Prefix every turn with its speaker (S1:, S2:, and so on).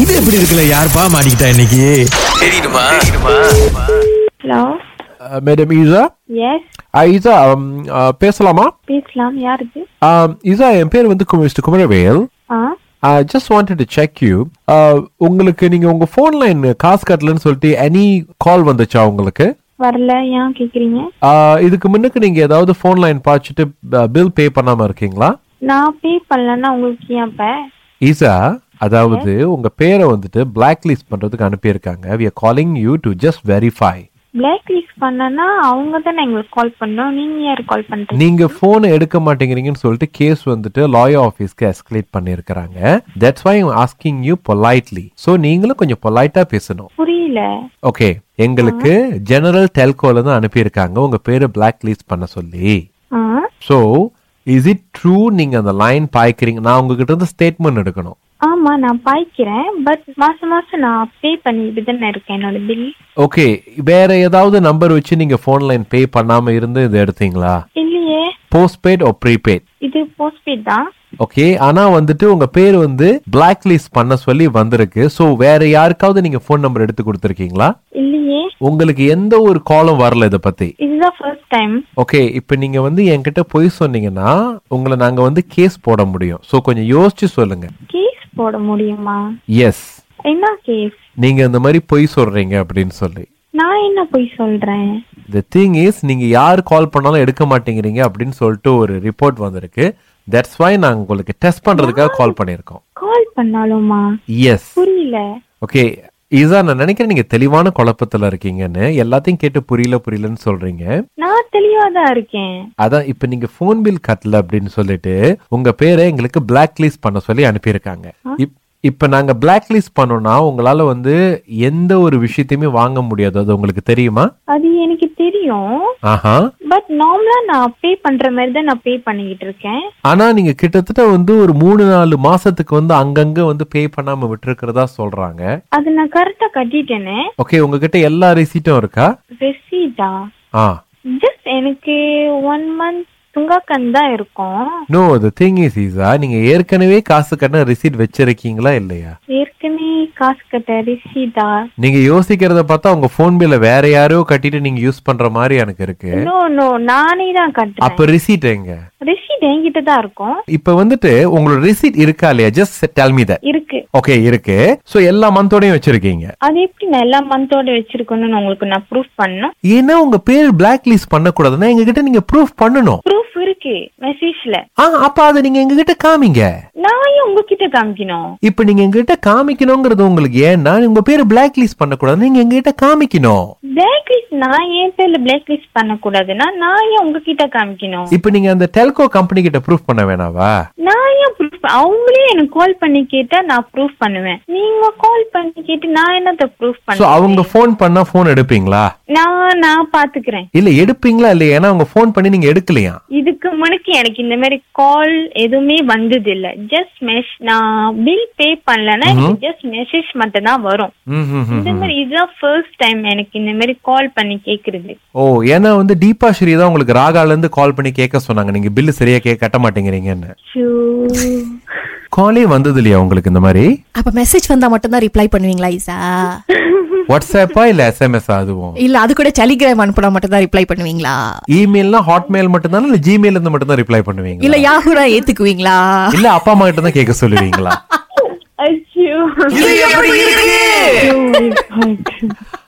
S1: இது எப்படி இருக்குல்ல யாருப்பா மாட்டிக்கிட்டா இன்னைக்கு
S2: hello
S3: madam Isha
S2: yes
S3: Isha um, பேசலாமா
S2: பேசலாம் யாருக்கு
S3: ஈசா என் பேர் வந்து கு- மிஸ்டர் குமரவேல்
S2: ஆ
S3: I just wanted to check you உங்களுக்கு நீங்க உங்க ஃபோன் லைன் காசு கட்டலன்னு சொல்லிட்டு எனி கால் வந்துச்சா உங்களுக்கு
S2: வரல ஏன் கேக்குறீங்க
S3: Uh, இதுக்கு முன்னுக்கு நீங்க ஏதாவது ஃபோன் லைன் பார்த்துட்டு பில் பே பண்ணாம இருக்கீங்களா
S2: நான் பே பண்ணலன்னா உங்களுக்கு ஏன் இப்ப
S3: ஈசா அதாவது உங்க பேரை வந்துட்டு பிளாக் லிஸ்ட் பண்றதுக்கு அனுப்பியிருக்காங்க we are calling you to just verify
S2: black list பண்ணனா அவங்க தானே எங்களுக்கு கால் பண்ணோம் நீங்க யாரு கால் பண்றீங்க
S3: நீங்க போன் எடுக்க மாட்டேங்கிறீங்கன்னு சொல்லிட்டு கேஸ் வந்துட்டு லாயர் ஆபீஸ்க்கு எஸ்கலேட் பண்ணிருக்காங்க that's why asking you politely so நீங்களும் கொஞ்சம் பொலைட்டா பேசணும்
S2: புரியல
S3: ஓகே எங்களுக்கு ஜெனரல் டெல்கோல இருந்து அனுப்பியிருக்காங்க உங்க பேரை பிளாக் லிஸ்ட் பண்ண சொல்லி
S2: ஆ
S3: ஸோ இஸ் இட் ட்ரூ நீங்க அந்த லைன் பாய்க்கிறீங்க நான் உங்ககிட்ட இருந்து ஸ்டேட்மெண்ட் எடுக்கணும்
S2: ஆமா நான் பாய்க்கிறேன் பட் மாசம் மாசம் நான் பே பண்ணிட்டு தானே இருக்கேன் என்னோட பில்
S3: ஓகே வேற ஏதாவது நம்பர் வச்சு நீங்க ஃபோன் லைன் பே பண்ணாம இருந்து இதை எடுத்தீங்களா
S2: இல்லையே
S3: போஸ்ட்பெய்ட் ஓ ப்ரீபெய்ட்
S2: இது போஸ்ட்பெய்ட் தான்
S3: ஓகே ஆனா வந்துட்டு உங்க பேர் வந்து பிளாக் லிஸ்ட் பண்ண சொல்லி வந்திருக்கு ஸோ வேற யாருக்காவது நீங்க ஃபோன் நம்பர் எடுத்து கொடுத்துருக்கீங்களா
S2: இல்லையே
S3: உங்களுக்கு எந்த ஒரு காலும் வரல இதை பத்தி
S2: இதுதான் ஃபர்ஸ்ட் டைம்
S3: ஓகே இப்போ நீங்க வந்து என்கிட்ட பொய் சொன்னீங்கன்னா உங்களை நாங்க வந்து கேஸ் போட முடியும் ஸோ கொஞ்சம் யோசிச்சு சொல்லுங்க
S2: கேஸ் போட முடியுமா
S3: எஸ்
S2: என்ன கேஸ்
S3: நீங்க இந்த மாதிரி பொய் சொல்றீங்க அப்படின்னு சொல்லி
S2: நான் என்ன போய் சொல்றேன்
S3: த திங் இஸ் நீங்க யார் கால் பண்ணாலும் எடுக்க மாட்டேங்கிறீங்க அப்படின்னு சொல்லிட்டு ஒரு ரிப்போர்ட் வந்திருக்கு தட்ஸ் வை நாங்க உங்களுக்கு டெஸ்ட் பண்றதுக்காக கால் பண்ணியிருக்கோம்
S2: கால் பண்ணாலுமா
S3: எஸ்
S2: புரியல
S3: ஓகே ஈசா நான் நினைக்கிறேன் நீங்க தெளிவான குழப்பத்துல இருக்கீங்கன்னு எல்லாத்தையும் கேட்டு புரியல புரியலன்னு சொல்றீங்க
S2: நான் தெளிவா தான் இருக்கேன்
S3: அதான் இப்ப நீங்க ஃபோன் பில் கட்டல அப்படின்னு சொல்லிட்டு உங்க பேரை எங்களுக்கு பிளாக் லிஸ்ட் பண்ண சொல்லி அனுப்பியிருக்காங்க இப்- இப்ப நாங்க பிளாக் லிஸ்ட் பண்ணோம்னா உங்களால வந்து எந்த ஒரு விஷயத்தையுமே வாங்க முடியாது அது உங்களுக்கு தெரியுமா
S2: அது எனக்கு தெரியும்
S3: ஆஹா
S2: பட் நார்மலா நான் பே பண்ற மாதிரி தான் நான் பே பண்ணிக்கிட்டு இருக்கேன்
S3: ஆனா நீங்க கிட்டத்தட்ட வந்து ஒரு மூணு நாலு மாசத்துக்கு வந்து அங்கங்க வந்து பே பண்ணாம விட்டுருக்கிறதா சொல்றாங்க
S2: அது நான் கரெக்டா கட்டிட்டேனே
S3: ஓகே உங்ககிட்ட எல்லா ரெசிட்டும் இருக்கா
S2: ரெசீடா
S3: ஆ
S2: ஜஸ்ட் எனக்கு ஒன் மந்த் துங்காக்கன் தான் இருக்கும்
S3: நோ த திங் இஸ் ஈஸா நீங்க ஏற்கனவே காசு கட்டின receipt வச்சிருக்கீங்களா இல்லையா
S2: ஏற்கனவே காசு கட்ட ரெசீடா
S3: நீங்க யோசிக்கிறத பார்த்தா உங்க போன் பில்ல வேற யாரோ கட்டிட்டு நீங்க யூஸ் பண்ற மாதிரி எனக்கு இருக்கு
S2: நோ நோ நானே தான் கட்டுறேன்
S3: அப்ப ரிசீட் எங்க
S2: ரெசீட் என்கிட்ட தான் இருக்கும்
S3: இப்ப வந்துட்டு உங்களோட ரிசீட் இருக்கா இல்லையா ஜஸ்ட் டெல் மீ தட்
S2: இருக்கு
S3: ஓகே இருக்கு சோ எல்லா மந்தோடையும் வச்சிருக்கீங்க
S2: அது எப்படி நான் எல்லா மந்தோட வச்சிருக்கணும்னு உங்களுக்கு நான் ப்ரூஃப் பண்ணும்
S3: ஏன்னா உங்க பேர் பிளாக் லிஸ்ட் பண்ணக்கூடாதுன்னா எங்ககிட்ட நீங்க ப்ரூஃப் பண்ணணும்
S2: ப்ரூஃப் இருக்கு மெசேஜ்ல
S3: ஆ அப்ப அதை நீங்க எங்ககிட்ட காமிங்க
S2: நான் ஏன் உங்ககிட்ட காமிக்கணும்
S3: இப்ப நீங்க எங்ககிட்ட காமிக்கணுங்கிறது உங்களுக்கு ஏன்னா உங்க பேர் பிளாக் லிஸ்ட் பண்ணக்கூடாது நீங்க எங்ககிட்ட காமிக்கணும்
S2: பிளாக் லிஸ்ட் நான் என் பேர்ல பிளாக் லிஸ்ட் பண்ண கூடாதுன்னா நான் ஏன் உங்ககிட்ட காமிக்கணும்
S3: இப்ப நீங்க அந்த டெல்கோ கம்பெனி கிட்ட ப்ரூஃப் பண்ண வேணாவா
S2: நான் ஏன் ப்ரூஃப் அவங்களே எனக்கு கால் பண்ணி கேட்டா நான் ப்ரூஃப் பண்ணுவேன் நீங்க கால் பண்ணி கேட்டு நான் என்னத்த ப்ரூஃப்
S3: சோ
S2: பண்ணுவேன்
S3: அவங்க ஃபோன் பண்ணா ஃபோன் எடுப்பீங்களா
S2: நான் நான் பாத்துக்கிறேன்
S3: இல்ல எடுப்பீங்களா இல்லையா ஏன்னா அவங்க ஃபோன் பண்ணி நீங்க எடுக்கலையா
S2: இதுக்கு முன்னக்கு எனக்கு இந்த மாதிரி கால் எதுவுமே வந்தது இல்ல ஜஸ்ட் மெஸ் நான் பில் பே பண்ணலன்னா எனக்கு ஜஸ்ட் மெசேஜ் மட்டும் தான் வரும்
S3: ம், ம், ம்.
S2: இந்த மாதிரி இதுதான் ஃபர்ஸ்ட் டைம் எனக்கு இந்த மாதிரி கால் பண்ணி கேக்குறது
S3: ஓ ஏன்னா வந்து தீபா ஸ்ரீ தான் உங்களுக்கு ராகால இருந்து கால் பண்ணி கேட்க சொன்னாங்க நீங்க பில்லு சரியா கே கட்ட மாட்டேங்கிறீங்கன்னு
S2: ஷூ.
S3: காலே வந்தது இல்லையா உங்களுக்கு இந்த மாதிரி
S4: அப்ப மெசேஜ் வந்தா மட்டும்தான் ரிப்ளை பண்ணுவீங்களா ஈசா
S3: வாட்ஸ்அப்பா இல்ல எஸ்எம்எஸ் அதுவும்
S4: இல்ல அது கூட டெலிகிராம் அனுப்புனா மட்டும்தான் ரிப்ளை பண்ணுவீங்களா
S3: இமெயில்னா ஹாட்மெயில் மட்டும் தானே இல்ல ஜிமெயில் இருந்து மட்டும் தான் ரிப்ளை பண்ணுவீங்க
S4: இல்ல யாகூரா ஏத்துக்குவீங்களா
S3: இல்ல அப்பா அம்மா கிட்ட தான் கேட்க சொல்லுவீங்களா
S2: அச்சோ. Oh my God.